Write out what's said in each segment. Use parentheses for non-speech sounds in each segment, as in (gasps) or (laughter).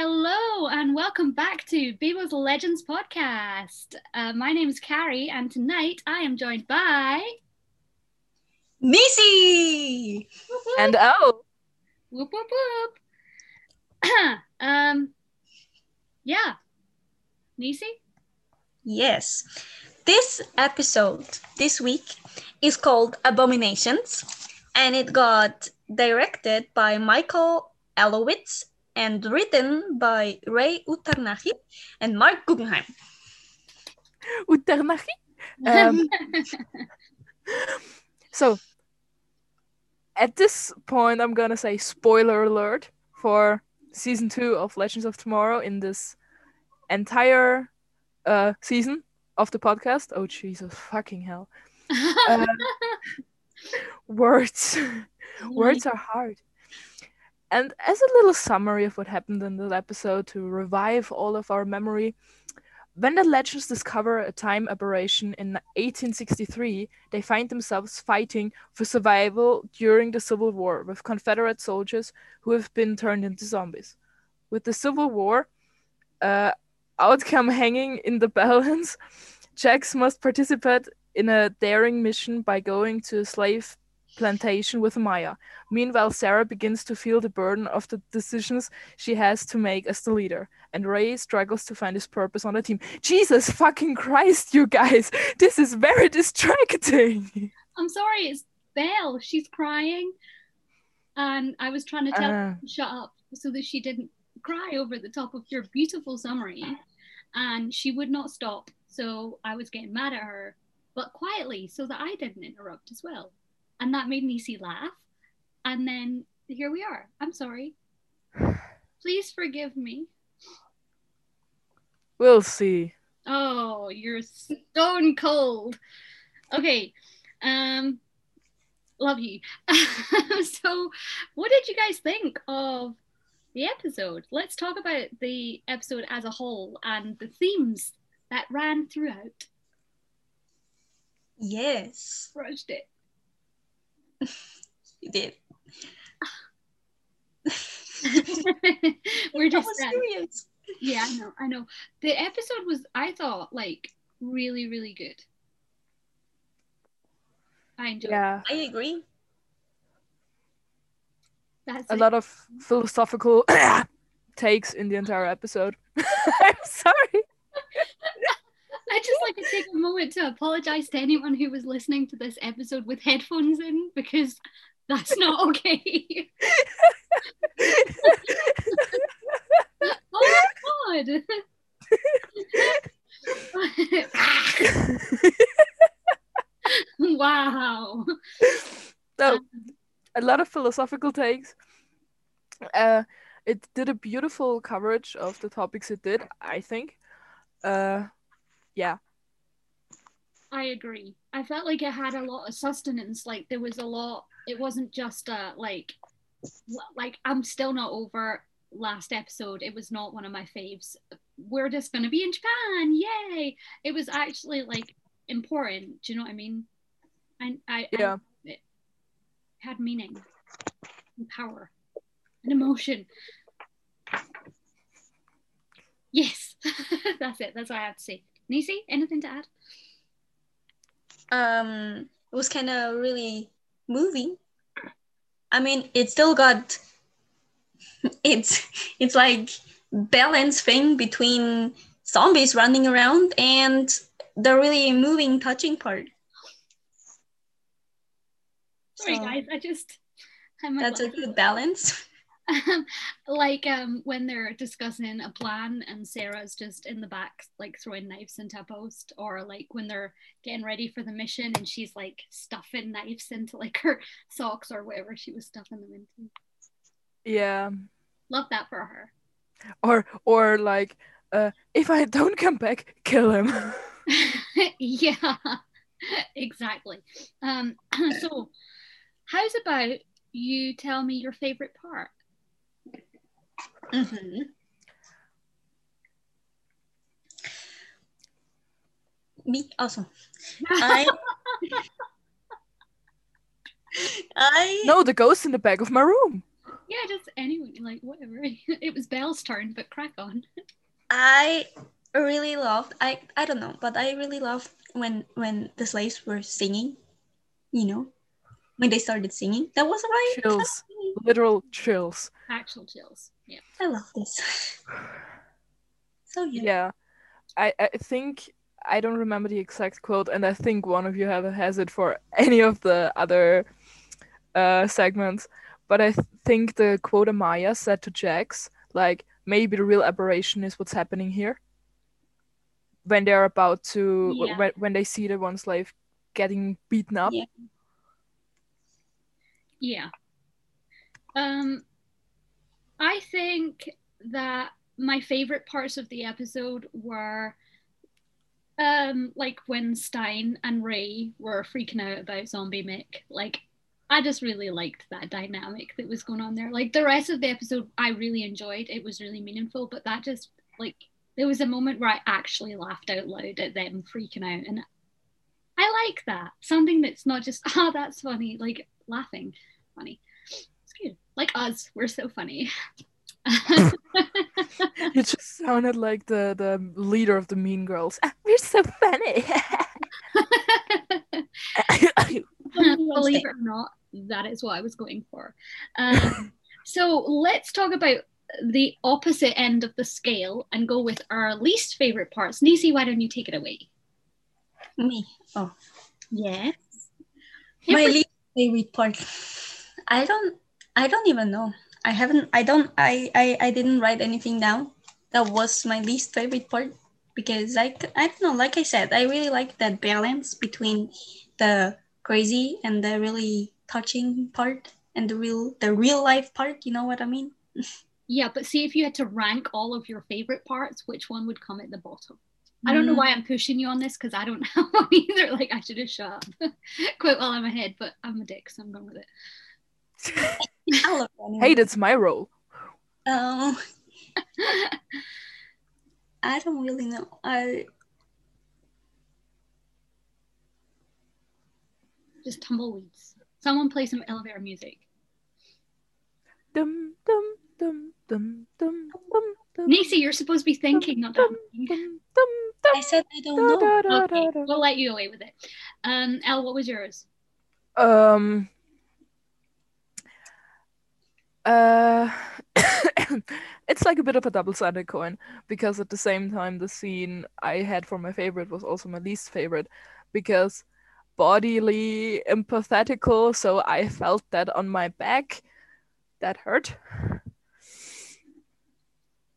Hello, and welcome back to Beeble's Legends podcast. Uh, my name is Carrie, and tonight I am joined by. Macy! Whoop, whoop, And oh, whoop, whoop, whoop. (clears throat) um, yeah. Nisi? Yes. This episode this week is called Abominations and it got directed by Michael Alowitz and written by Ray Utarnahi and Mark Guggenheim. Uternachi. (laughs) Um, So, at this point, I'm gonna say spoiler alert for season two of Legends of Tomorrow in this entire uh, season of the podcast. Oh, Jesus fucking hell. uh, Words. (laughs) Words are hard. And as a little summary of what happened in that episode to revive all of our memory, when the legends discover a time aberration in 1863, they find themselves fighting for survival during the Civil War with Confederate soldiers who have been turned into zombies. With the Civil War uh, outcome hanging in the (laughs) balance, Jax must participate in a daring mission by going to a slave plantation with Maya. Meanwhile, Sarah begins to feel the burden of the decisions she has to make as the leader, and Ray struggles to find his purpose on the team. Jesus fucking Christ, you guys! (laughs) This is very distracting! I'm sorry, it's Belle. She's crying. And I was trying to tell her Uh, to shut up so that she didn't cry over the top of your beautiful summary. And she would not stop. So I was getting mad at her, but quietly so that I didn't interrupt as well. And that made Nisi laugh. And then here we are. I'm sorry. Please forgive me. we'll see. Oh, you're stone cold. Okay. Um love you. (laughs) so what did you guys think of the episode? Let's talk about the episode as a whole and the themes that ran throughout. Yes, Brushed it. you did. (laughs) We're (laughs) That just was um, serious. Yeah, I know, I know. The episode was I thought like really, really good. I enjoyed it. Yeah, I agree. That's a it. lot of philosophical (coughs) takes in the entire episode. (laughs) I'm sorry. I'd just like to take a moment to apologize to anyone who was listening to this episode with headphones in because that's not okay. (laughs) oh my god. (laughs) (laughs) wow. so a lot of philosophical takes uh it did a beautiful coverage of the topics it did i think uh I agree. I felt like it had a lot of sustenance. Like there was a lot. It wasn't just a like, l- like I'm still not over last episode. It was not one of my faves. We're just gonna be in Japan, yay! It was actually like important. Do you know what I mean? And I, I Yeah. it had meaning, and power, and emotion. Yes, (laughs) that's it. That's what I have to say. Nisi, anything to add? um it was kind of really moving i mean it still got (laughs) it's it's like balance thing between zombies running around and the really moving touching part Sorry, So, guys. I just had my that's (laughs) a glasses good balance (laughs) on. like um when they're discussing a plan and Sarah's just in the back like throwing knives into a post, or like when they're getting ready for the mission and she's like stuffing knives into like her socks or whatever she was stuffing them into. yeah Love that for her. (laughs) or or like uh if i (laughs) don't come back kill him (laughs) yeah, exactly. Um, (clears throat) so how's about you tell me your favorite part? Mhm. me awesome i i no the ghost in the back of my room Yeah, just anyone, like whatever. (laughs) it was Belle's turn, but crack on. I really loved I I don't know, but I really loved when when the slaves were singing, you know, when they started singing. That was right. Chills. Literal chills. Actual chills. Yeah. I love this. (laughs) so yeah. Yeah. I, I think I don't remember the exact quote, and I think one of you have has it for (laughs) any of the other uh, segments. But I th- think the quote Amaya said to Jax, like, maybe the real aberration is what's happening here. When they're about to, Yeah. when, when they see the one slave getting beaten up. Yeah. Yeah. Um, I think that my favorite parts of the episode were um like when Stein and Ray were freaking out about zombie Mick. Like I just really liked that dynamic that was going on there. Like the rest of the episode I really enjoyed. It was really meaningful, but that just like there was a moment where I actually laughed out loud at them freaking out and I like that. Something that's not just (laughs) ah that's funny, like laughing funny. It's good. Like us, we're so funny. (laughs) (laughs) It just sounded like the, the leader of the Mean Girls. (laughs) "Ah, We're so (coughs) funny. Believe it or not, that is what I was going for. Um, (laughs) so let's talk about the opposite end of the scale and go with our least favorite parts. Nisi, why don't you take it away? Me. Oh. Yeah. My Every- least favorite part. I don't I don't even know. I haven't I don't I, I I didn't write anything down. That was my least favorite part because I c- I don't know like I said I really like that balance between the crazy and the really touching part and the real the real life part, you know what I (laughs) mean? yeah, but see if you had to rank all of your favorite parts, which one would come at the bottom? I don't know why I'm pushing you on this because I don't (laughs) have one either. Like I should have shut up (laughs) quite well in my head, but I'm a dick, so I'm going with it. I love it anyway. hey, that's my role. (laughs) Um, I don't really know. I Just tumbleweeds. Someone play some elevator music. Dum, dum, dum, dum, dum, dum, dum, Nisi, you're supposed to be thinking, not dum, that. dum, dum, dum. I said I don't know. Okay, Da-da-da-da-da. we'll let you away with it. Um, Elle, what was yours? Um. Uh, (coughs) it's like a bit of a double-sided coin because at the same time, the scene I had for my favorite was also my least favorite because bodily empathetical. So I felt that on my back, that hurt.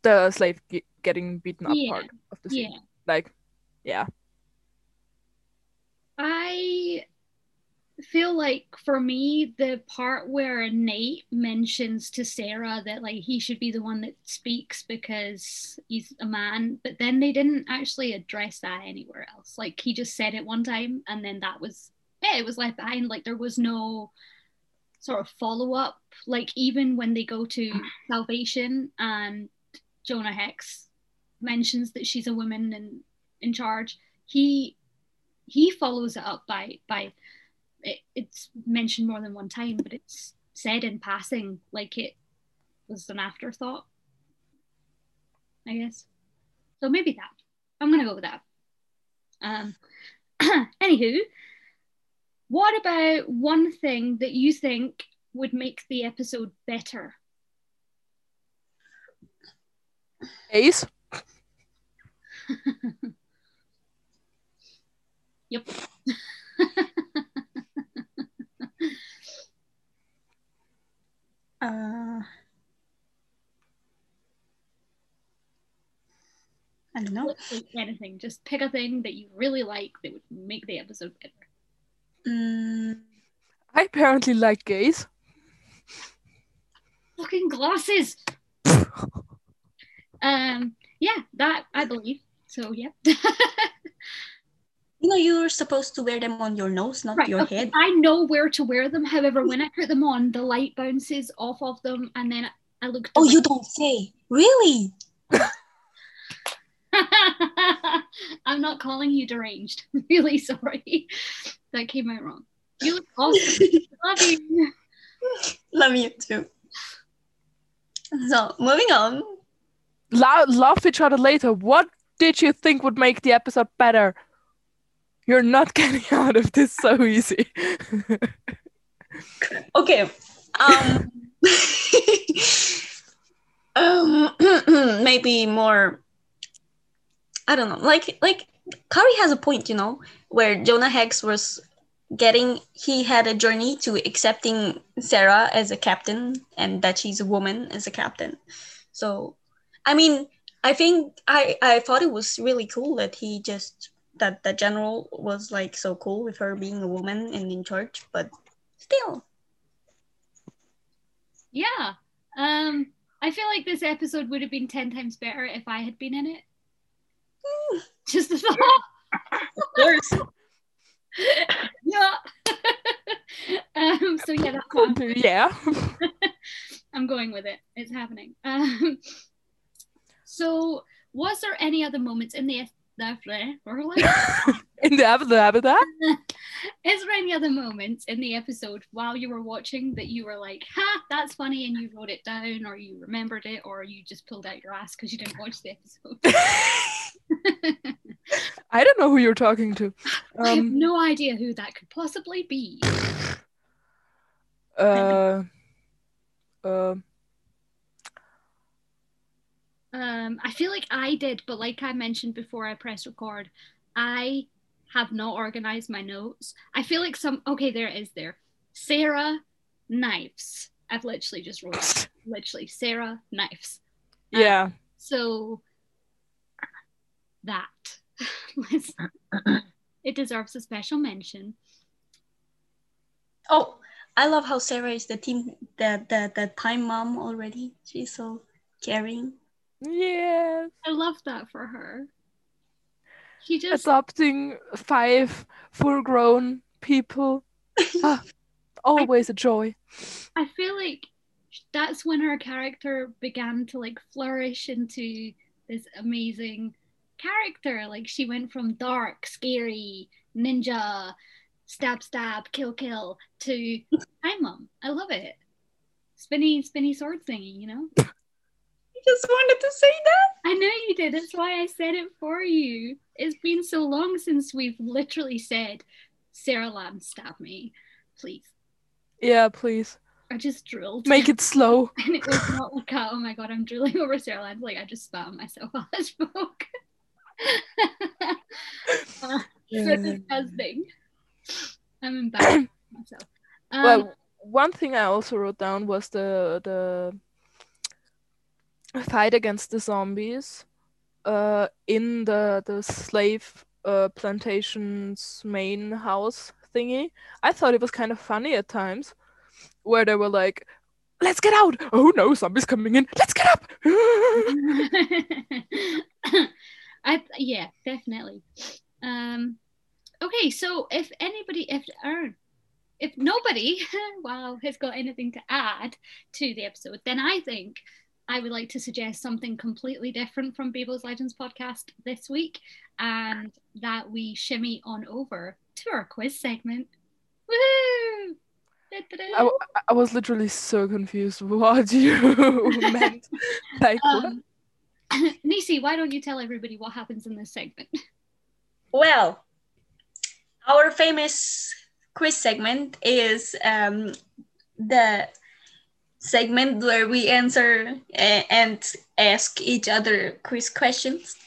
The slave ge- getting beaten up Yeah, part of the scene, Yeah, like I feel like for me, the part where Nate mentions to Sarah that like he should be the one that speaks because he's a man, but then they didn't actually address that anywhere else. Like he just said it one time, and then that was yeah, it was left behind. Like there was no sort of follow up. Like even when they go to Salvation and Jonah Hex mentions that she's a woman and in charge, he he follows it up by by it, it's mentioned more than one time, but it's said in passing, like it was an afterthought. I guess. So maybe that. I'm gonna go with that. Um. (clears throat) anywho, what about one thing that you think would make the episode better? (laughs) Ace. Yep. Uh, I don't know. Literally Anything. Just pick a thing that you really like that would make the episode better. Mm, I apparently like gays. fucking (laughs) glasses. um, yeah, that I believe. So yeah, (laughs) you know, you're supposed to wear them on your nose, not right. your okay, head. I know where to wear them. However, when I put them on, the light bounces off of them, and then I look. Oh, you don't say. (laughs) Really? (laughs) I'm not calling you deranged. (laughs) really sorry, that came (laughs) out wrong. You look awesome. Love you. Love you too. So moving on. Lo- love each other later. What did you think would make the episode better? You're not (laughs) getting out of this so easy. Okay. Um, (laughs) um (clears throat) maybe more I don't know. Like like Kari has a point, you know, where Jonah Hex was getting he had a journey to accepting Sarah as a captain and that she's a woman as a captain. So I mean, I think I I thought it was really cool that he just that the general was like so cool with her being a woman and in charge, but still. Yeah. Um I feel like this episode would have been 10 times better if I had been in it. Just a thought. Of course. (laughs) yeah. (laughs) um, so yeah, that's what I'm, Could be, (laughs) yeah. I'm going with it. It's happening. Um, so, was there any other moments in the the- In the Abba Habitat? (laughs) Is there any other moments in the episode while you were watching that you were like, "Ha, that's funny," and you wrote it down, or you remembered it, or you just pulled out your ass because you didn't watch the episode? (laughs) I don't know who you're talking to. I have Um, no idea who that could possibly be. uh, uh, Um, I feel like I did, but like I mentioned before, I pressed record. I have not organized my notes. I feel like some. Okay, there it is there. Sarah knives. I've literally just wrote that. literally Sarah knives. yeah. So that (laughs) Let's- it deserves a special mention. Oh, I love how Sarah is the team the the, the time mom already. She's so caring. (laughs) Yes. I love that for her. She just Adopting five full grown people. Ah, always a joy. I feel like that's when her character began to like flourish into this amazing character. Like she went from dark, scary, ninja, stab, stab, kill, kill to hi mom. I love it. Spinny, spinny sword thingy, you know? I just wanted to say that. I know you did. That's why I said it for you. It's been so long since we've literally said, Sarah Lamb, stab me, please. Yeah, please. I just drilled. Make it slow. (laughs) and it was not like oh my god i'm drooling over sarah lines like i just spat myself while i (laughs) spoke Uh, so disgusting i'm embarrassed of myself um, well, one thing I also wrote down was the the fight against the zombies uh, in the the slave uh, plantation's main house thingy. I thought it was kind of funny at times, where they were like, "Let's get out! Oh no, zombies coming in! Let's get up!" (laughs) (laughs) I yeah, definitely. Um, okay, so if anybody, if er, if nobody, (laughs) wow, has got anything to add to the episode, then I think I would like to suggest something completely different from Babel's Legends podcast this week, and that we shimmy on over to our quiz segment. Woo! I, w- I was literally so confused. (laughs) What you meant? Like, what? Um, (coughs) Nisi, why don't you tell everybody what happens in this segment? Well, our famous quiz segment is um, the segment where we answer uh, and ask each other quiz questions.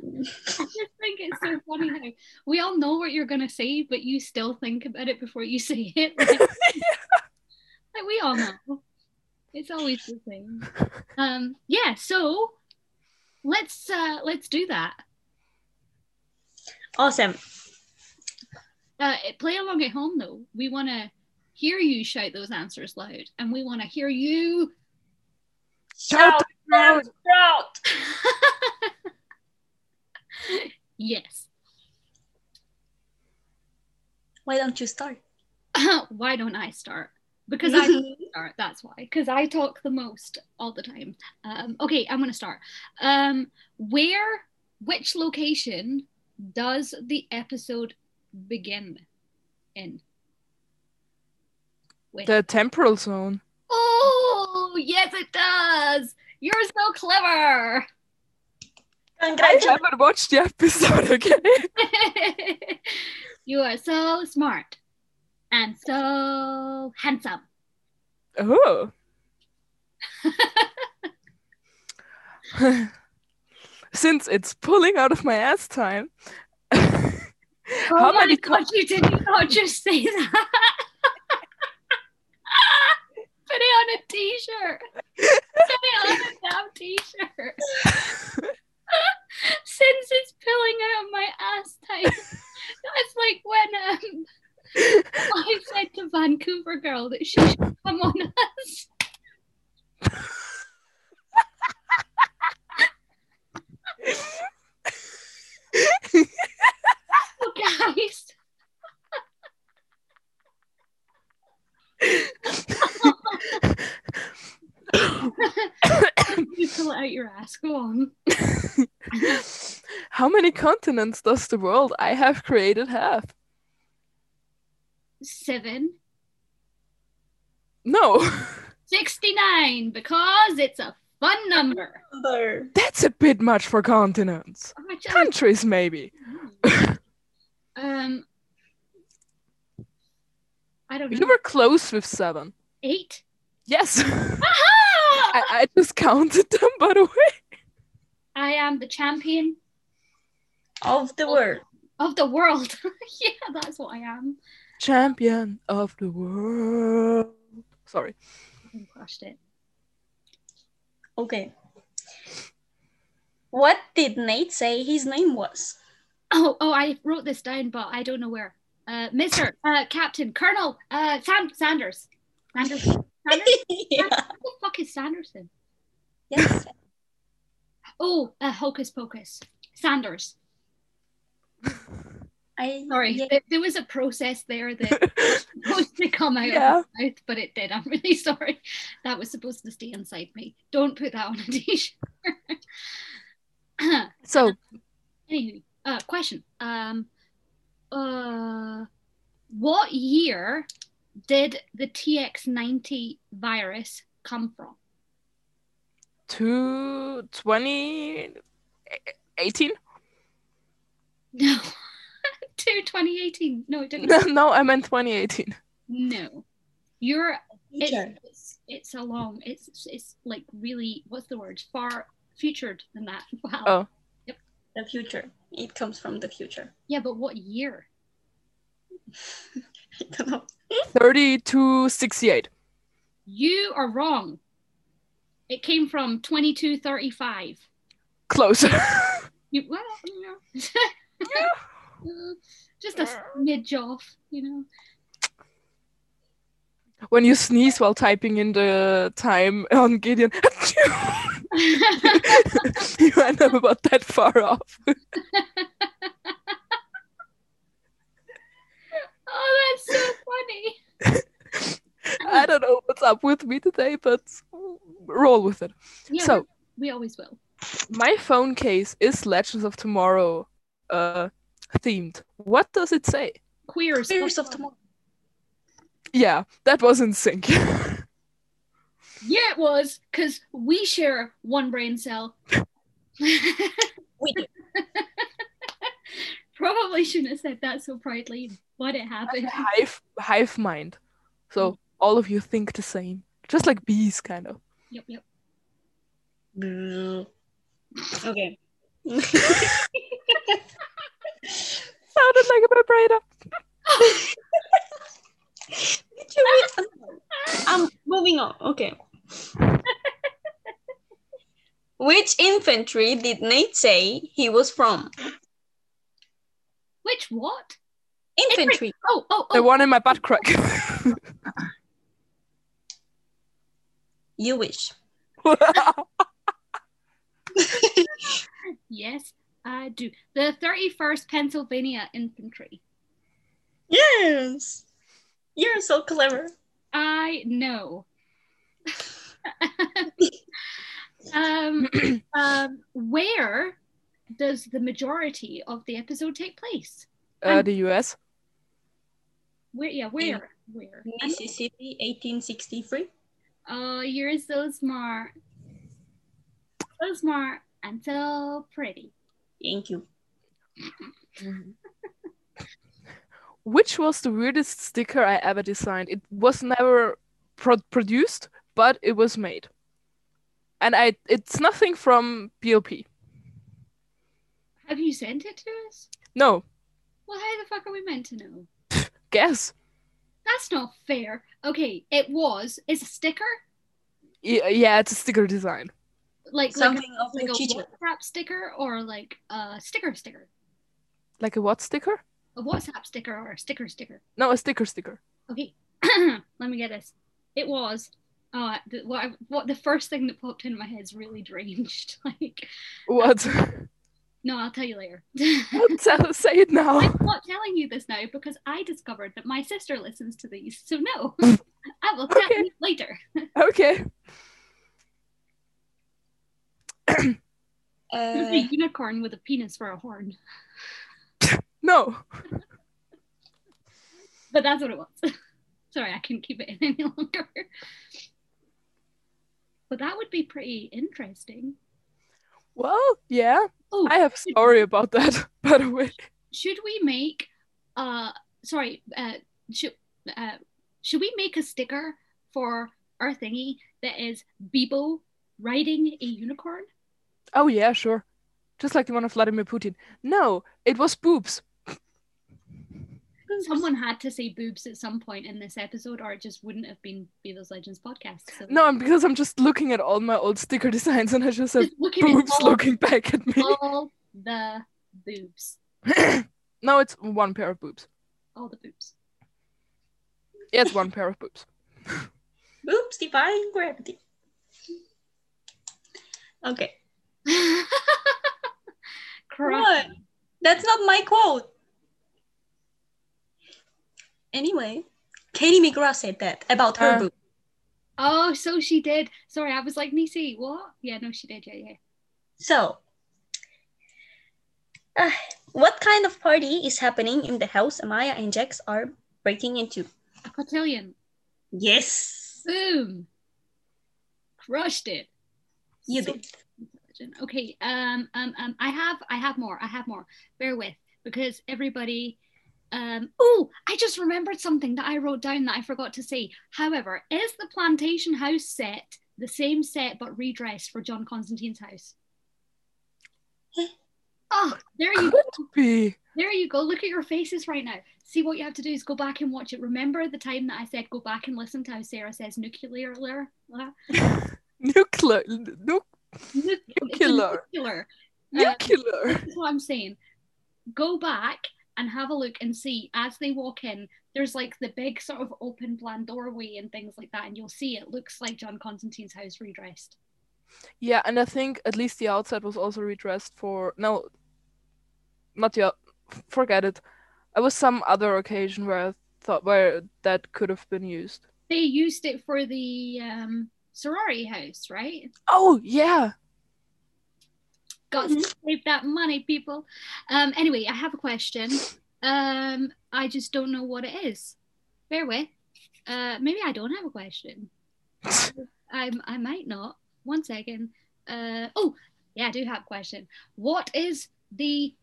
I just think it's so funny how we all know what you're gonna say, but you still think about it before you (laughs) say it. Like, like, we all know. It's always the same. Um, yeah, so let's uh, let's do that. Awesome. Uh, play along at home though. We want to hear you shout those answers loud, and we want to hear you. (laughs) Shout out! out! Yes. (clears throat) Why don't you start? why don't I start? Because (laughs) I start. That's why. Because I talk the most all the time. Um, okay, I'm gonna start. Um, where, which location does the episode begin in? With The temporal zone. Oh, yes, it does. You're so clever. (laughs) I Congratulations. haven't watched the episode, (laughs) okay? you are so smart and so handsome. Oh. (laughs) Since it's pulling out of my ass time, (laughs) oh How my many co- god, you did not (laughs) just say that. Put it on a t-shirt. Put it on a damn t-shirt. (laughs) Since it's pulling out of my ass type. That's like when um, I said to Vancouver girl that she should come on us. Oh, guys. you pull it out your ass. Go on. how many continents does the world I have created have? Seven. No, (laughs) 69 because it's a fun number. Number. that's a bit much for continents. Oh, my God. Countries, maybe. um, I don't know. You were close with seven. Eight? Yes, (laughs) Aha! I, I just counted them, by the way. I am the champion Of the word. of the world. (laughs) yeah, that's what I am. Champion of the world. Sorry. I crushed it. Okay. What did Nate say his name was? Oh, oh, I wrote this down, but I don't know where. Uh, Mr. Uh, Captain, Colonel, uh, Sam Sanders. Sanders. Sanders? (laughs) yeah. Who the fuck is Sanderson? Yes. Oh, uh, Hocus Pocus. Sanders. I, Sorry, yeah. there, there was a process there that (laughs) was supposed to come out Yeah. of my mouth, but it did. I'm really (laughs) sorry. That was supposed to stay inside me. Don't put that on a t-shirt. (clears throat) Uh, So, Anywho, uh, question. Um, uh, what year did the TX90 virus come from? (laughs) two, 20, 18? No, to 2018. No, it didn't. (laughs) No, no, I meant 2018. No, you're Teacher. It's, it's it's a long. It's it's like really. What's the word? Far featured than that. (laughs) Wow. Oh. The future. It comes from the future. (laughs) Yeah, but what year? I don't know. 3268. You are wrong. It came from twenty two thirty five. Close. (laughs) You well, you know. Uh, (laughs) Just a smidge off, you know. (laughs) when you sneeze while typing in the time on Gideon, (laughs) you end up about that far off. oh, that's so funny. I don't know what's up with me today, but roll with it. Yeah, So- we always will. My phone case is Legends of Tomorrow uh, themed. What does it say? Queers. Fears of tomorrow. Yeah, that was in sync. Yeah, it was because we share one brain cell. (laughs) We do. Probably shouldn't have said that so proudly, but it (laughs) happened. hive, hive mind. So all of you think the same. Just like bees, kind of. Yep, yep. okay. (laughs) Sounded like a vibrator. Did you read? I'm Um, moving on. Okay. Which infantry did Nate say he was from? Which what? Infantry. Oh, oh, The oh. one in my butt crack. (laughs) You wish. Uh, Yes, I do. The 31st Pennsylvania Infantry. Yes. You're so clever. I (laughs) know. (clears throat) um, um, where does the majority of the episode take place? uh, the US. Where? Yeah, where? Where? Mississippi, 1863. Oh, you're so smart. So smart and so pretty. Thank you. Mm-hmm. Which was the weirdest sticker I ever designed? It was never pro- produced, but it was made. And I it's nothing from PLP. Have you sent it to us? No, Well, how the fuck are we meant to know? guess. That's not fair. Okay, it was. It's a sticker, Y- yeah, it's a sticker design. like like Something a, like of a a teacher. WhatsApp sticker or like a sticker sticker, Like a what sticker? a WhatsApp sticker or a sticker sticker. No, a sticker sticker. Okay, (clears throat) let me get this. It was. Uh, the, what, I, what the first thing that popped into my head is really deranged. (laughs) Like, What? (laughs) no, I'll tell you later. (laughs) Tell, say it now. (laughs) I'm not telling you this now because I discovered that my sister listens to these. So no, (laughs) I will tell Okay. you later. Okay. There's Uh, a unicorn with a penis for a horn, No. but that's what it was. (laughs) Sorry, I couldn't keep it in (laughs) any longer. But that would be pretty interesting. Well, yeah. Oh, I have a story about that, (laughs) by the way. should we make? Uh, sorry. Uh, should uh, should we make a sticker for our thingy that is Bebo riding a unicorn? Oh, yeah, sure. Just like the one of Vladimir Putin. No, it was boobs. Someone had to say boobs at some point in this episode, or it just wouldn't have been Beatles Legends podcast. So No, and because I'm just looking at all my old sticker (laughs) designs and I just have just looking boobs at all, looking back at me. all (laughs) the boobs, no, it's one pair of boobs. all the boobs. (laughs) Yeah, it's one pair of boobs. oops, defying gravity. Okay. Correct. That's not my quote. Anyway, Katie McGraw said that about her Uh. book. Oh, so she did. Sorry, I was like, Nisi, what? Yeah, no, she did. Yeah, yeah. So, uh, what kind of party is happening in the house Amaya and Jax are breaking into? A cotillion. Yes, Boom. Crushed it. you So did. intelligent. Okay. Um, um, um, I have, I have more. I have more. Bear with, because everybody. Um, oh, I just remembered something that I wrote down that I forgot to say. However, is the plantation house set the same set but redressed for John Constantine's house? oh, there you Could go. be. There you go. Look at your faces right now. See what you have to do is go back and watch it. Remember the time that I said go back and listen to how Sarah says nuclear. Nuclear. Nuclear. Nu- Nuclear. Nuclear. Uh, nuclear. That's what I'm saying. Go back and have a look and see as they walk in, there's like the big sort of open plan doorway and things like that, and you'll see it looks like John Constantine's house redressed. Yeah, and I think at least the outside was also redressed for no, not the out- forget it. It was some other occasion where I thought where that could have been used. They used it for the um, sorority house, right? Oh yeah, (laughs) Got to save that money, people. Um, anyway, I have a question. Um, I just don't know what it is. Bear with. Uh, maybe I don't have a question. I I might not. One second. Uh oh, yeah, I do have a question. What is the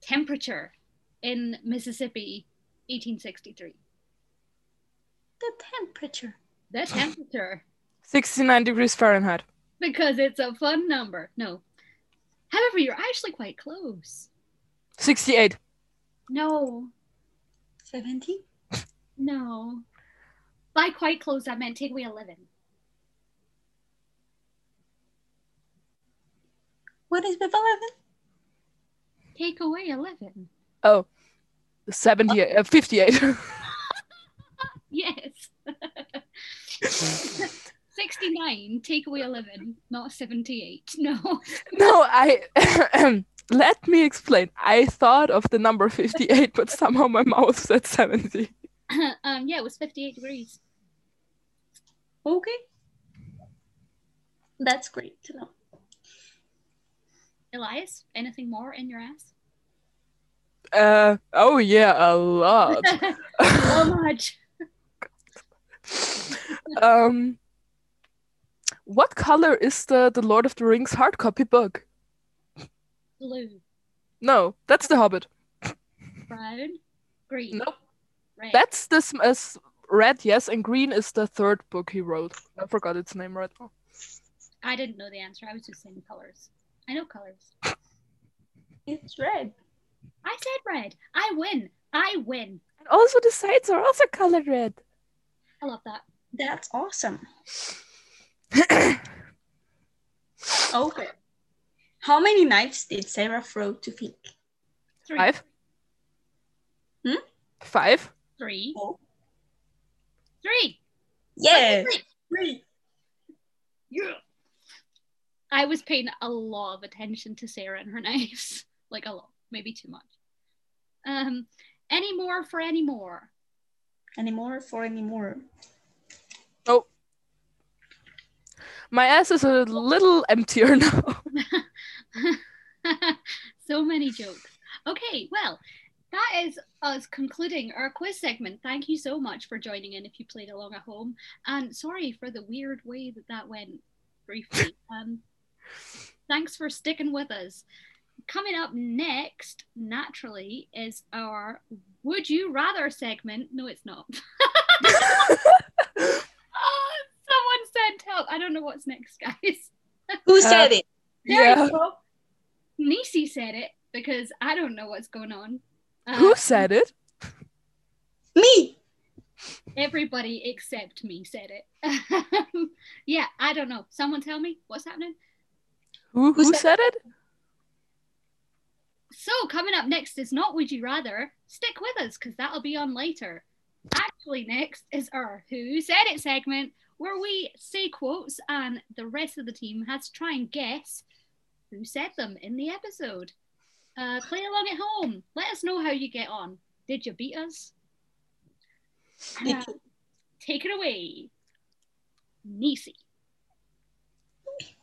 temperature in Mississippi 1863? The temperature. The temperature sixty-nine degrees Fahrenheit. because it's a fun number. No. However, you're actually quite close. Sixty-eight. No. 70? No. By quite close, I meant take away 11. What is with 11? Take away 11. Oh, seventy. Uh, Fifty-eight. (laughs) Yes. (laughs) 69, take away 11, not 78. No. no, I. (coughs) Let me explain. I thought of the number 58, but somehow my (laughs) mouth said 70. (clears throat) um, yeah, it was 58 degrees. Okay. That's great to know. Elias, anything more in your ass? Uh, oh, yeah, a lot. so much. um What color is the the Lord of the Rings hard copy book? Blue, No, that's The Hobbit. brown, green, Nope. red. That's this is red, yes, and green is the third book he wrote. I forgot its name right now. I didn't know the answer. I was just saying colors. I know colors. It's red. I said red. I win. I win. And also the sides are also colored red. I love that. That's awesome. okay. How many knives did Sarah throw to Fink? Three. (coughs) Five. Hmm? Five. Three. Four. Three. Yes. Three. Yeah. I was paying a lot of attention to Sarah and her (laughs) knives. Like a lot. Maybe too much. Um any more for any more? Any more for any more? My ass is a little emptier (laughs) now. (laughs) so many jokes. Okay, well, that is us concluding our quiz segment. Thank you so much for joining in if you played along at home. And sorry for the weird way that that went briefly. Um, thanks for sticking with us. Coming up next, naturally, is our Would You Rather segment. No, it's not. (laughs) Oh, someone sent help. I don't know what's next, guys. Who said it? There yeah. you go. Nisi said it because I don't know what's going on. Uh, Who said it? Me. Everybody except me said it. (laughs) yeah, I don't know. Someone tell me what's happening. Who, Who who said said it? So, coming up next is not Would You Rather. Stick with us because that'll be on later. Actually, next is our Who Said It segment where we say quotes and the rest of the team has to try and guess who said them in the episode. Uh, play along at home. Let us know how you get on. Did you beat us? Uh, take it away, Nisi.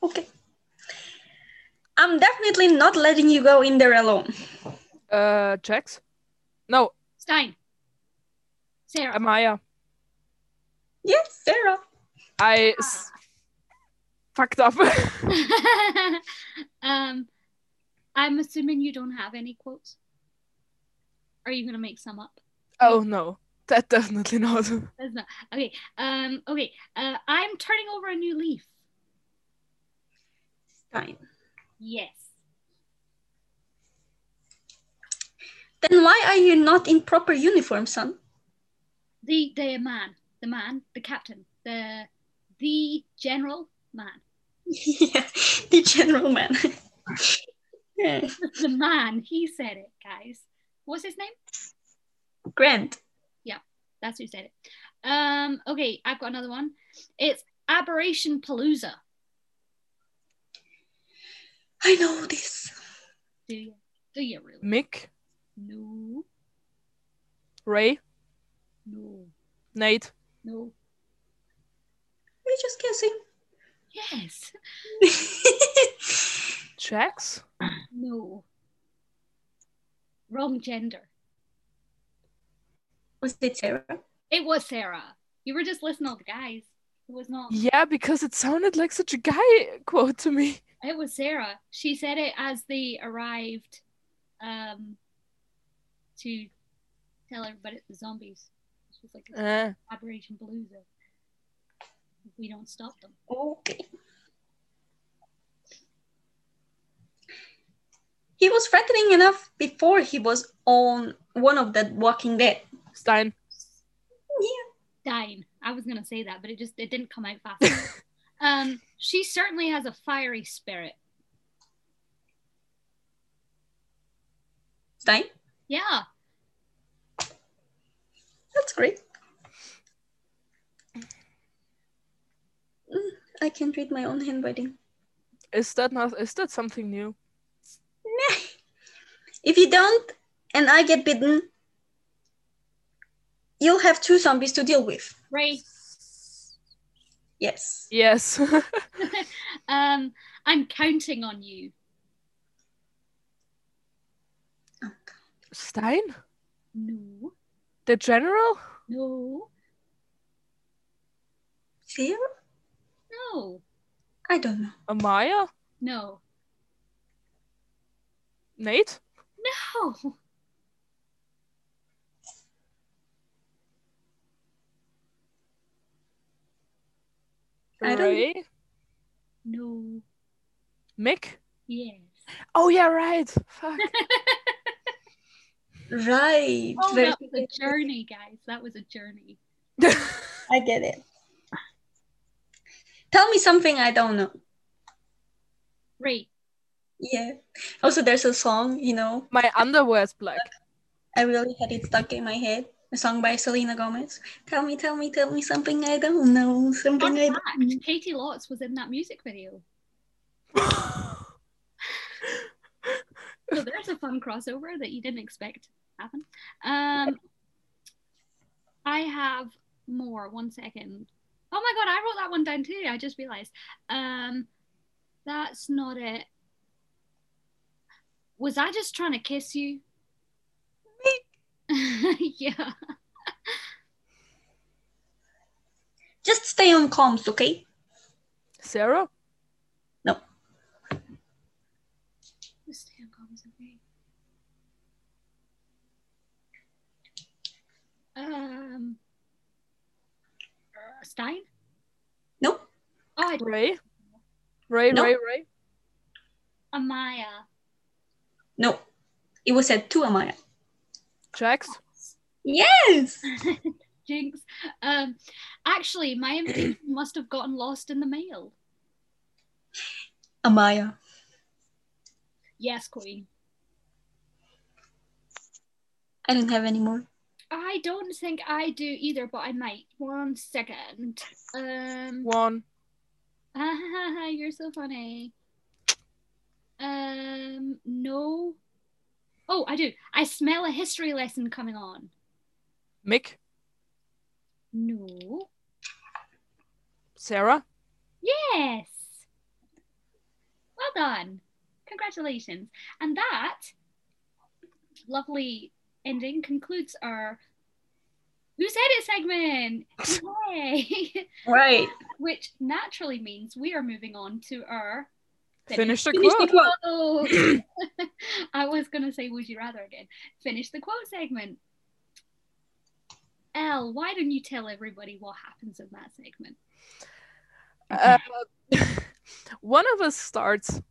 Okay. I'm definitely not letting you go in there alone. Uh, Jax? No, Stein. Sarah. Amaya. Yes, Sarah. I s- fucked up. (laughs) (laughs) um, I'm assuming you don't have any quotes. Are you gonna make some up? oh no, that definitely (laughs) not. That's not okay. Um, okay. Uh, I'm turning over a new leaf. Fine. Yes. Then why are you not in proper uniform, son? The the man, the man, the captain, the the general man, (laughs) yeah, (laughs) the general man. (laughs) yeah. the man. He said it, guys. What's his name? Grant. That's who said it. Um, okay, I've got another one. It's aberration palooza. I know this. Do you? Do you really? Mick, No, Ray, no, Nate. no. We're just guessing. Yes. Jax? No. Wrong gender. (laughs) Was it Sarah? It was Sarah. You were just listening to the guys. It was not. Yeah, because it sounded like such a guy (laughs) quote to me. It was Sarah. She said it as they arrived um, to tell everybody the zombies. She was like, Eh. Uh, Operation Palooza. We don't stop them. Okay. He was threatening enough before he was on one of the Walking Dead. Stein. Dying. I was going to say that, but it just it didn't come out fast. (laughs) enough. um, she certainly has a fiery spirit. Stein? Yeah. That's great. Mm, I can't read my own handwriting. Is that not? Is that something new? If you don't, and I get bitten, you'll have two zombies to deal with. Ray. Yes. Yes. (laughs) um, I'm counting on you. Stein? No, The general? no, Sarah? no. I don't know. Amaya? No. Nate? No. I don't- Ray? No. Mick? Yes. Oh, yeah, right. (laughs) Fuck. (laughs) Right. Oh, very that was a good. journey, guys. That was a journey. I get it. Tell me something I don't know. Ray. Yeah. Also, there's a song, you know, My underwear's black. I really had it stuck in my head. A song by Selena Gomez. Tell me, tell me, tell me something I don't know. Fun Something I fact, don't know. Katie Lotz was in that music video. So there's a fun crossover that you didn't expect to happen. Um, I have more. One second. Oh my god, I wrote that one down too. I just realized. Um, that's not it. Was I just trying to kiss you? (laughs) yeah. Just stay on comms, okay? Sarah? Just stay on comms, okay. Um, uh, Stein? Oh, No? I Ray? Ray, No. Ray, Ray? uh, Amaya. No. It was at two, Amaya. Jax? Yes! (laughs) Jinx. Um, actually, my invitation must have gotten lost in the mail. Amaya. Yes, Queen. I don't have any more. I don't think I do either, but I might. One second. (laughs) Um, One. you're so funny. Um, no. Oh, I do. I smell a history lesson coming on. Mick? No. Sarah? Yes. Well done. Congratulations. And that lovely ending concludes our Who Said It segment. Yay! (laughs) Right. Which naturally means we are moving on to our Finish the Finish the quote. quote. Oh, (laughs) I was gonna say would you rather again. Finish the quote segment. Elle, why don't you tell everybody what happens in that segment? Uh, (laughs) one of us starts,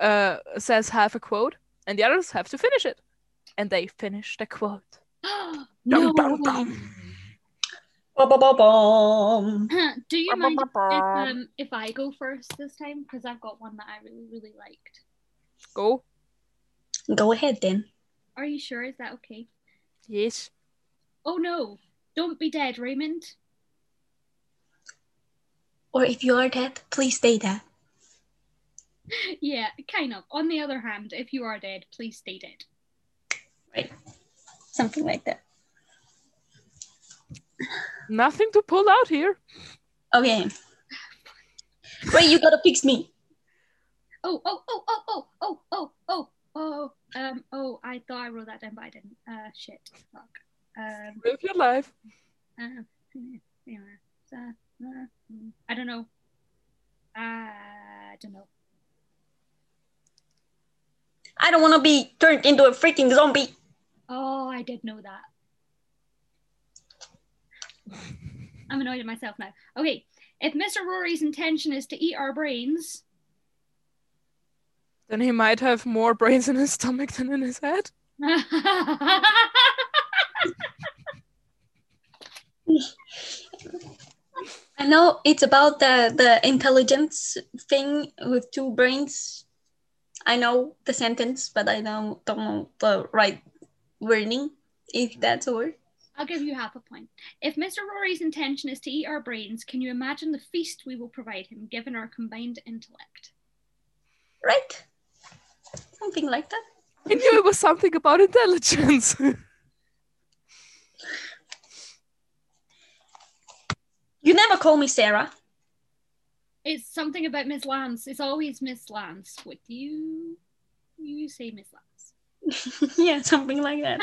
uh, says half a quote, and the others have to finish it. And they finish the quote. (gasps) no. Ba-ba-ba-bum. (clears throat) Do you mind if, Ba-ba-ba-bum. um, if I go first this time? Because I've got one that I really, really liked. Go. Go ahead then. Are you sure? Is that okay? Yes. Oh no! Don't be dead, Raymond. (laughs) Or if you are dead, please stay dead. yeah, kind of. On the other hand, if you are dead, please stay dead. Something like that. Nothing to pull out here. Okay. Wait, you gotta fix me. Oh, oh, oh, oh, oh, oh, oh, oh, oh. Um. Oh, I thought I wrote that down, but I didn't. Uh. Shit. Fuck. Um. Live your life. uh, yeah, uh, uh, I don't know. I don't know. I don't wanna be turned into a freaking zombie. Oh, I did know that. I'm annoyed at myself now. Okay, if Mr. Rory's intention is to eat our brains, (laughs) Then he might have more brains in his stomach than in his head. I I know it's about the, the intelligence thing with two brains. I know the sentence, but I don't, don't know the right wording, if that's a word. will give you half a point. If Mr. Rory's intention is to eat our brains, can you imagine the feast we will provide him, given our combined intellect? Right? Something like that. I knew it was something about intelligence. You never call me Sarah. It's something about Miss Lance. It's always Miss Lance. Would you you say Miss Lance? (laughs) yeah, something like that.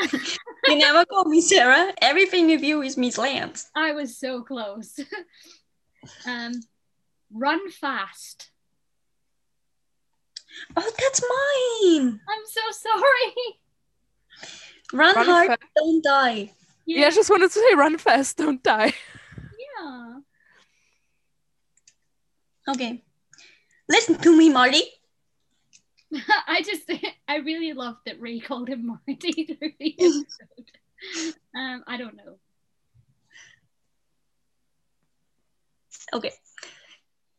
you never call me Sarah. Everything you do is Miss Lance. I was so close. (laughs) um, Run fast. Oh, that's mine. I'm so sorry. (laughs) Run, Run hard, fast. don't die. Yeah, I just wanted to say run fast, don't die. yeah. (laughs) Okay. Listen to me, Marty. I just, (laughs) I really loved that Ray called him Marty (laughs) through the episode. um, I don't know. Okay.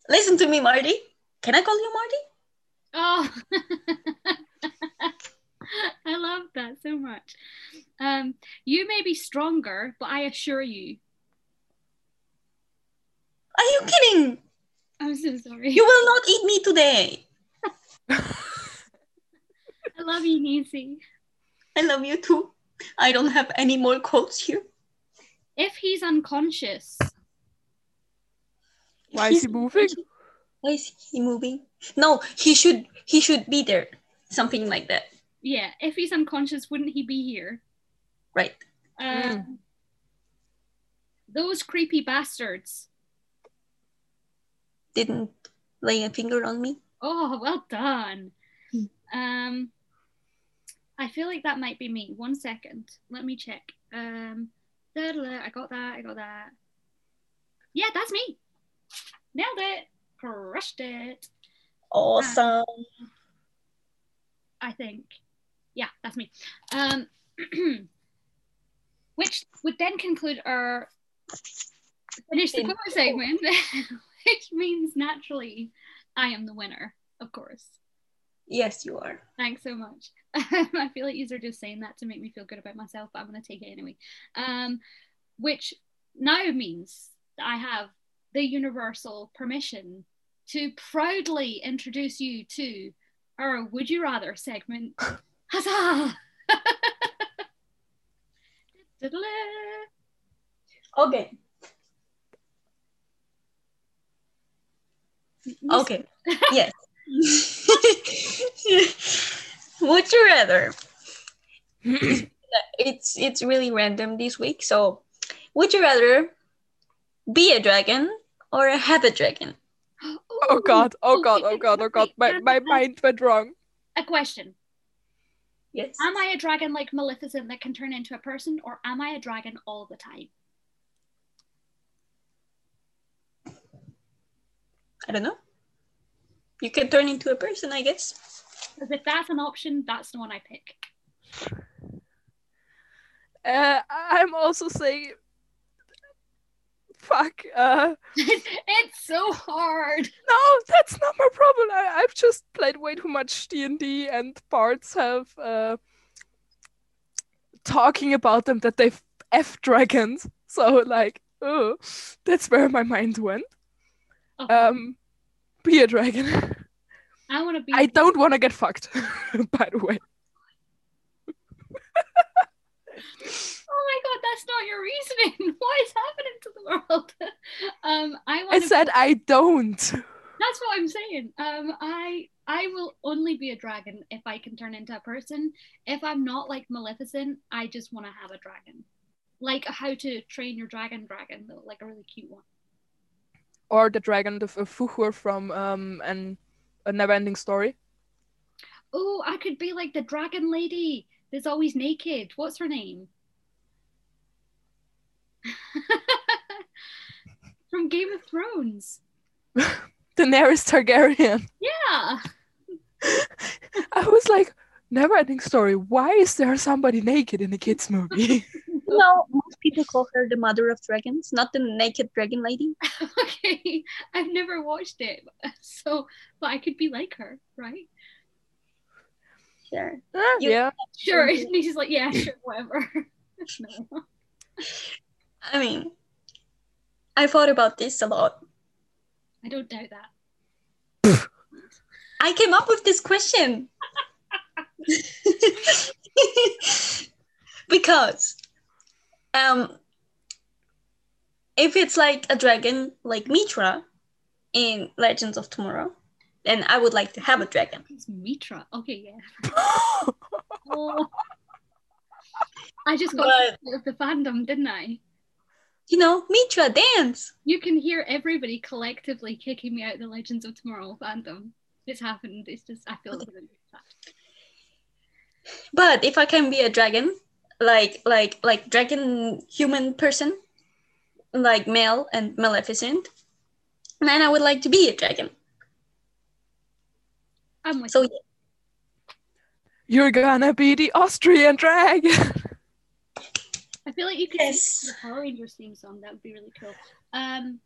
Listen to me, Marty. Can I call you Marty? Oh, (laughs) I love that so much. Um, you may be stronger, but I assure you, (laughs) Are you kidding? I'm so sorry. You will not eat me today. I love you, Nancy. I love you too. I don't have any more quotes here. If he's unconscious, Why is he (laughs) moving? (laughs) Why is he moving? No, he should he should be there. Something like that. yeah, if he's unconscious, wouldn't he be here? Right. Um, Those creepy bastards. Didn't lay a finger on me. Oh, well done. Um, I feel like that might be me. One second. Let me check. Um, da-da-da, I got that. I got that. Yeah, that's me. Nailed it. Crushed it. Awesome. I think. Yeah, that's me. Um, (clears throat) which would then conclude our finish the Fin- quote segment, (laughs) which means naturally I am the winner, of course. Yes, you are. Thanks so much. (laughs) I feel like you are just saying that to make me feel good about myself, but I'm going to take it anyway. Um, which now means that I have the universal permission to proudly introduce you to our Would You Rather (laughs) segment. Huzzah! (laughs) Diddle-a. Okay. Oh, Okay. yes. (laughs) Would you rather? It's it's really random this week. So, would you rather be a dragon or a have a dragon? oh god, oh Ooh, god, wait, oh wait, god, oh wait, god. My, wait, my wait. mind went wrong. A question. Yes. Am I a dragon like Maleficent that can turn into a person, or am I a dragon all the time? I don't know. You can turn into a person, I guess. Because if that's an option, that's the one I pick. Uh, I'm also saying, fuck. Uh, (laughs) it's so hard. no, that's not my problem. I, I've just played way too much D and D, and bards have uh, talking about them that they f dragons. So like, oh, that's where my mind went. Oh, Um, be a dragon. (laughs) I want to be. I don't want to get fucked. (laughs) by the way, (laughs) oh my god, that's not your reasoning. (laughs) what is happening to the world? (laughs) um, I I want. said I don't. That's what I'm saying. Um, I I will only be a dragon if I can turn into a person. If I'm not like Maleficent, I just want to have a dragon, like a How to Train Your Dragon dragon though, like a really cute one. Or the dragon, the f- Fuhur from um, an a never-ending story. (laughs) Oh, I could be like the dragon lady that's always naked. What's her name? (laughs) From Game of Thrones. Daenerys Targaryen. (laughs) Yeah. I was like, never ending story. Why is there somebody naked in a kids movie? (laughs) No, most people call her the mother of dragons, not the naked dragon (laughs) lady. (laughs) okay. I've never watched it. So, but I could be like her, right? Sure. Ah, You- yeah. (gasps) Sure. And (laughs) he's like, yeah, sure, whatever. (laughs) No. I mean, I thought about this a lot. I don't doubt that. I came up with this question because um, if it's like a dragon like Mitra in Legends of Tomorrow, then I would like to have a dragon. It's Mitra. Okay, yeah. Oh. I just got But- kicked out of the fandom, didn't I? you know, Mitra, dance. You can hear everybody collectively kicking me out the Legends of Tomorrow fandom. It's happened. It's just I feel. really sad. But if I can be a dragon, like like like dragon human person, like male and maleficent, then I would like to be a dragon. I'm with So you. yeah, You're gonna be the Austrian dragon. (laughs) I feel like you could Yes. do the Power Rangers theme song. That would be really cool. Um,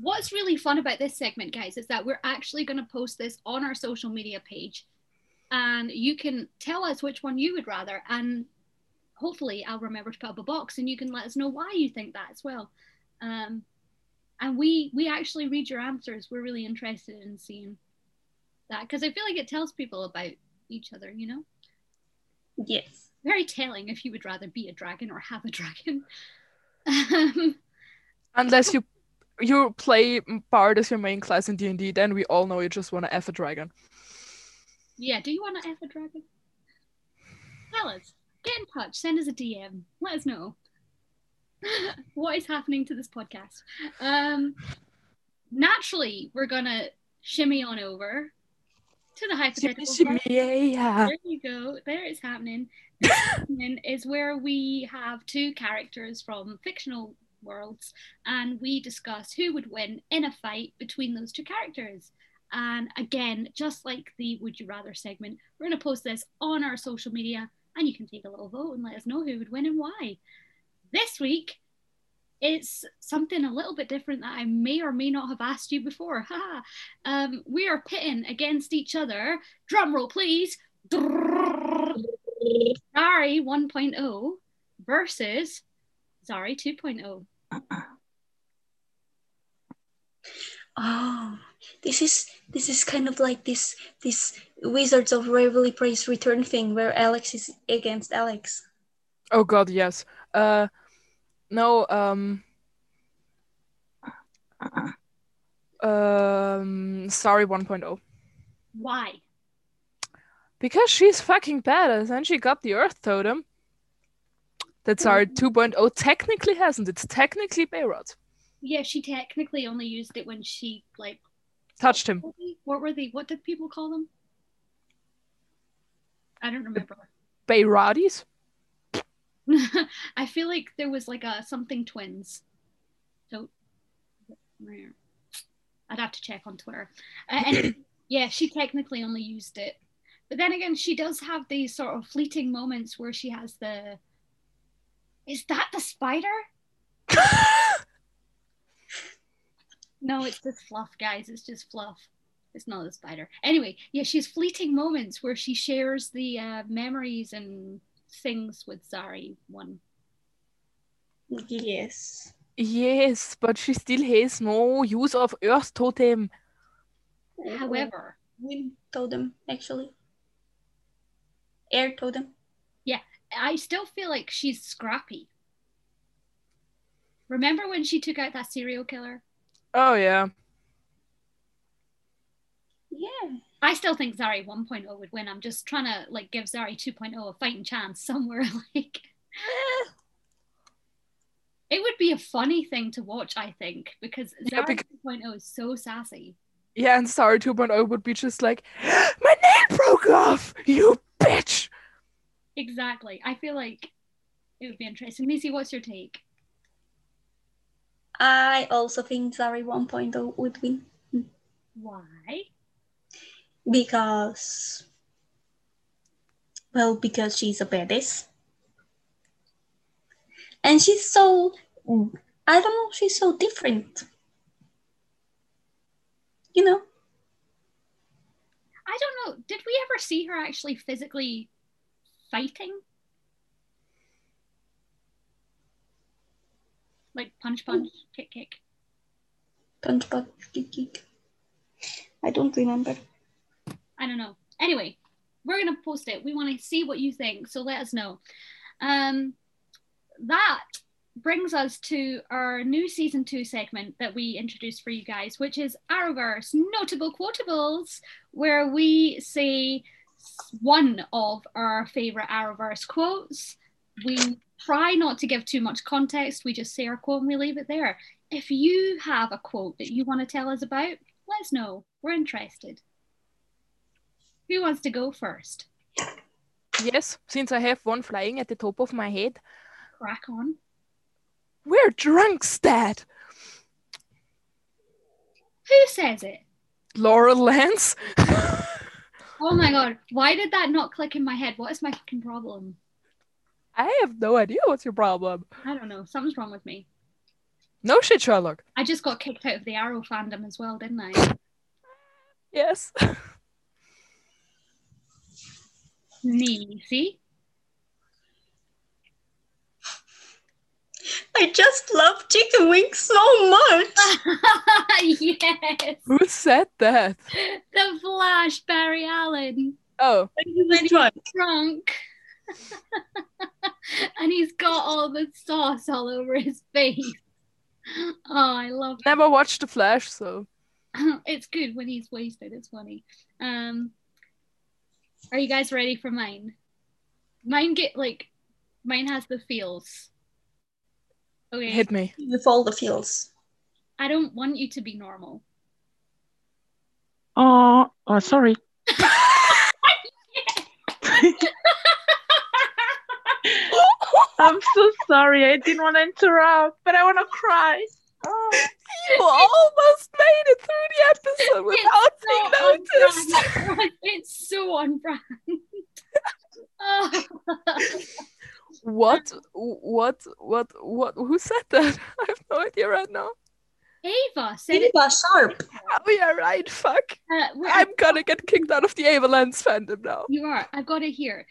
what's really fun about this segment, guys, is that we're actually going to post this on our social media page, and you can tell us which one you would rather, and hopefully I'll remember to put up a box, and you can let us know why you think that as well. Um, and we we actually read your answers. We're really interested in seeing that because I feel like it tells people about each other. You know yes. very telling if you would rather be a dragon or have a dragon. (laughs) Um, Unless you you play bard as your main class in D and D, then we all know you just want to f a dragon. yeah, do you want to F a dragon? Tell us. Get in touch. Send us a DM. Let us know (laughs) what is happening to this podcast. Um, naturally, we're going to shimmy on over to the hypothetical. question. Yeah. There you go. There it's happening. This (laughs) happening is where we have two characters from fictional worlds and we discuss who would win in a fight between those two characters. And again, just like the Would You Rather segment, we're going to post this on our social media and you can take a little vote and let us know who would win and why. This week, it's something a little bit different that I may or may not have asked you before. (laughs) Ha! um, we are pitting against each other. Drum roll, please. Zari 1.0 versus Zari 2.0. Oh, this is this is kind of like this this Wizards of Waverly Place return thing where Alex is against Alex. Oh God, yes. Uh, no. Um. Um. Sorry, 1.0. Why? Because she's fucking badass, and she got the Earth Totem. That's our 2.0 technically hasn't. It's technically Bayrod. Yeah, she technically only used it when she like. Touched him. What were they? What did people call them? I don't remember. Bayrodis? (laughs) I feel like there was like a something twins. So I'd have to check on Twitter. Uh, anyway, yeah, she technically only used it. But then again, she does have these sort of fleeting moments where she has the. Is that the spider? No, it's just fluff, guys. It's just fluff. It's not the spider. Anyway, yeah, she has fleeting moments where she shares the uh, memories and things with Zari. One Yes. Yes, but she still has no use of Earth Totem. However, wind totem actually. Air totem. I still feel like she's scrappy. Remember when she took out that serial killer? Oh yeah. Yeah. I still think Zari 1.0 would win. I'm just trying to like give Zari 2.0 a fighting chance (laughs) somewhere. Like Ah. it would be a funny thing to watch, I think, because Yeah, Zari bec- 2.0 is so sassy. Yeah, and Sorry 2.0 would be just like, (gasps) my nail broke off, you bitch. Exactly. I feel like it would be interesting. Lizzie, what's your take? I also think Zari 1.0 would win Why? because well because she's a badass. And she's so I don't know, she's so different. You know? I don't know. Did we ever see her actually physically fighting? Like punch, punch, kick, kick. Punch punch kick kick. I don't remember. I don't know. Anyway, we're gonna post it. We want to see what you think, so let us know. Um, that brings us to our new season two segment that we introduced for you guys, which is Arrowverse notable quotables, where we say s- one of our favorite Arrowverse quotes. We try not to give too much context. We just say our quote and we leave it there. If you have a quote that you want to tell us about, let us know. We're interested. Who wants to go first? Yes, since I have one flying at the top of my head. Crack on. We're drunks, Dad. Who says it? Laura Lance. Oh my god, why did that not click in my head? What is my fucking problem? I have no idea what's your problem. I don't know. Something's wrong with me. No shit, Sherlock. I just got kicked out of the Arrow fandom as well, didn't I? Yes. me, see? (laughs) I just love chicken wings (laughs) so much. yes. Who said that? The Flash, Barry Allen. Oh, He's drunk. Drunk. (laughs) and he's got all the sauce all over his face. Oh, I love never watched The Flash, so (laughs) it's good when he's wasted. It's funny. Um, are you guys ready for mine? Mine get like, mine has the feels. Okay, hit me. with all the feels. I don't want you to be normal. Oh, oh sorry. I'm so sorry. I didn't want to interrupt, but I want to cry. Oh, You almost made it through the episode without being It's noticed. so on brand. (laughs) It's so on brand. (laughs) oh, What? What? What? What? Who said that? (laughs) I have no idea right now. Ava said it. Eva Sharp. Oh yeah, right. Fuck. Uh, we're- I'm gonna get kicked out of the Avalanche fandom now. You are. I've got it here.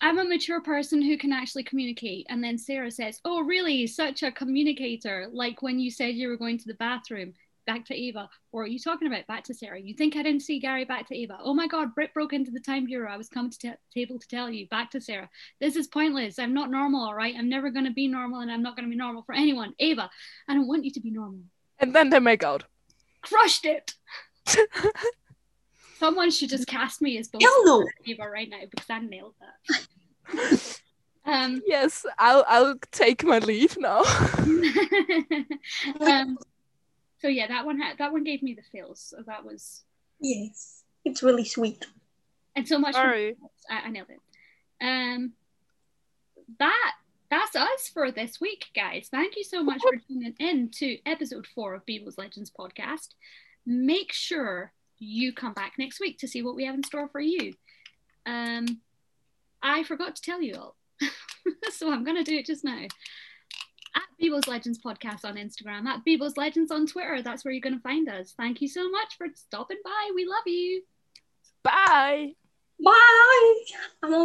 I'm a mature person who can actually communicate. And then Sarah says, Oh, really? Such a communicator. Like when you said you were going to the bathroom. Back to Ava. What are you talking about? Back to Sarah. You think I didn't see Gary? Back to Ava. Oh my God, Britt broke into the time bureau. I was coming to t- table to tell you. Back to Sarah. This is pointless. I'm not normal, all right? I'm never going to be normal and I'm not going to be normal for anyone. Ava, I don't want you to be normal. And then they make out. Crushed it. Someone should just cast me as both Yellow. Ava right now because I nailed that. um, (laughs) Yes, I'll I'll take my leave now. um, so yeah, that one had, that one gave me the feels. So that was Yes. It's really sweet. and so much. for- (laughs) Sorry. I, I nailed it. Um, that that's us for this week, guys. Thank you so much for tuning in to episode four of Beatles Legends podcast. Make sure you come back next week to see what we have in store for you. Um, I forgot to tell you all, (laughs) so I'm gonna do it just now. At Beebles Legends Podcast on Instagram, at Beebles Legends on Twitter. That's where you're going to find us. Thank you so much for stopping by. We love you. Bye. Bye. I'm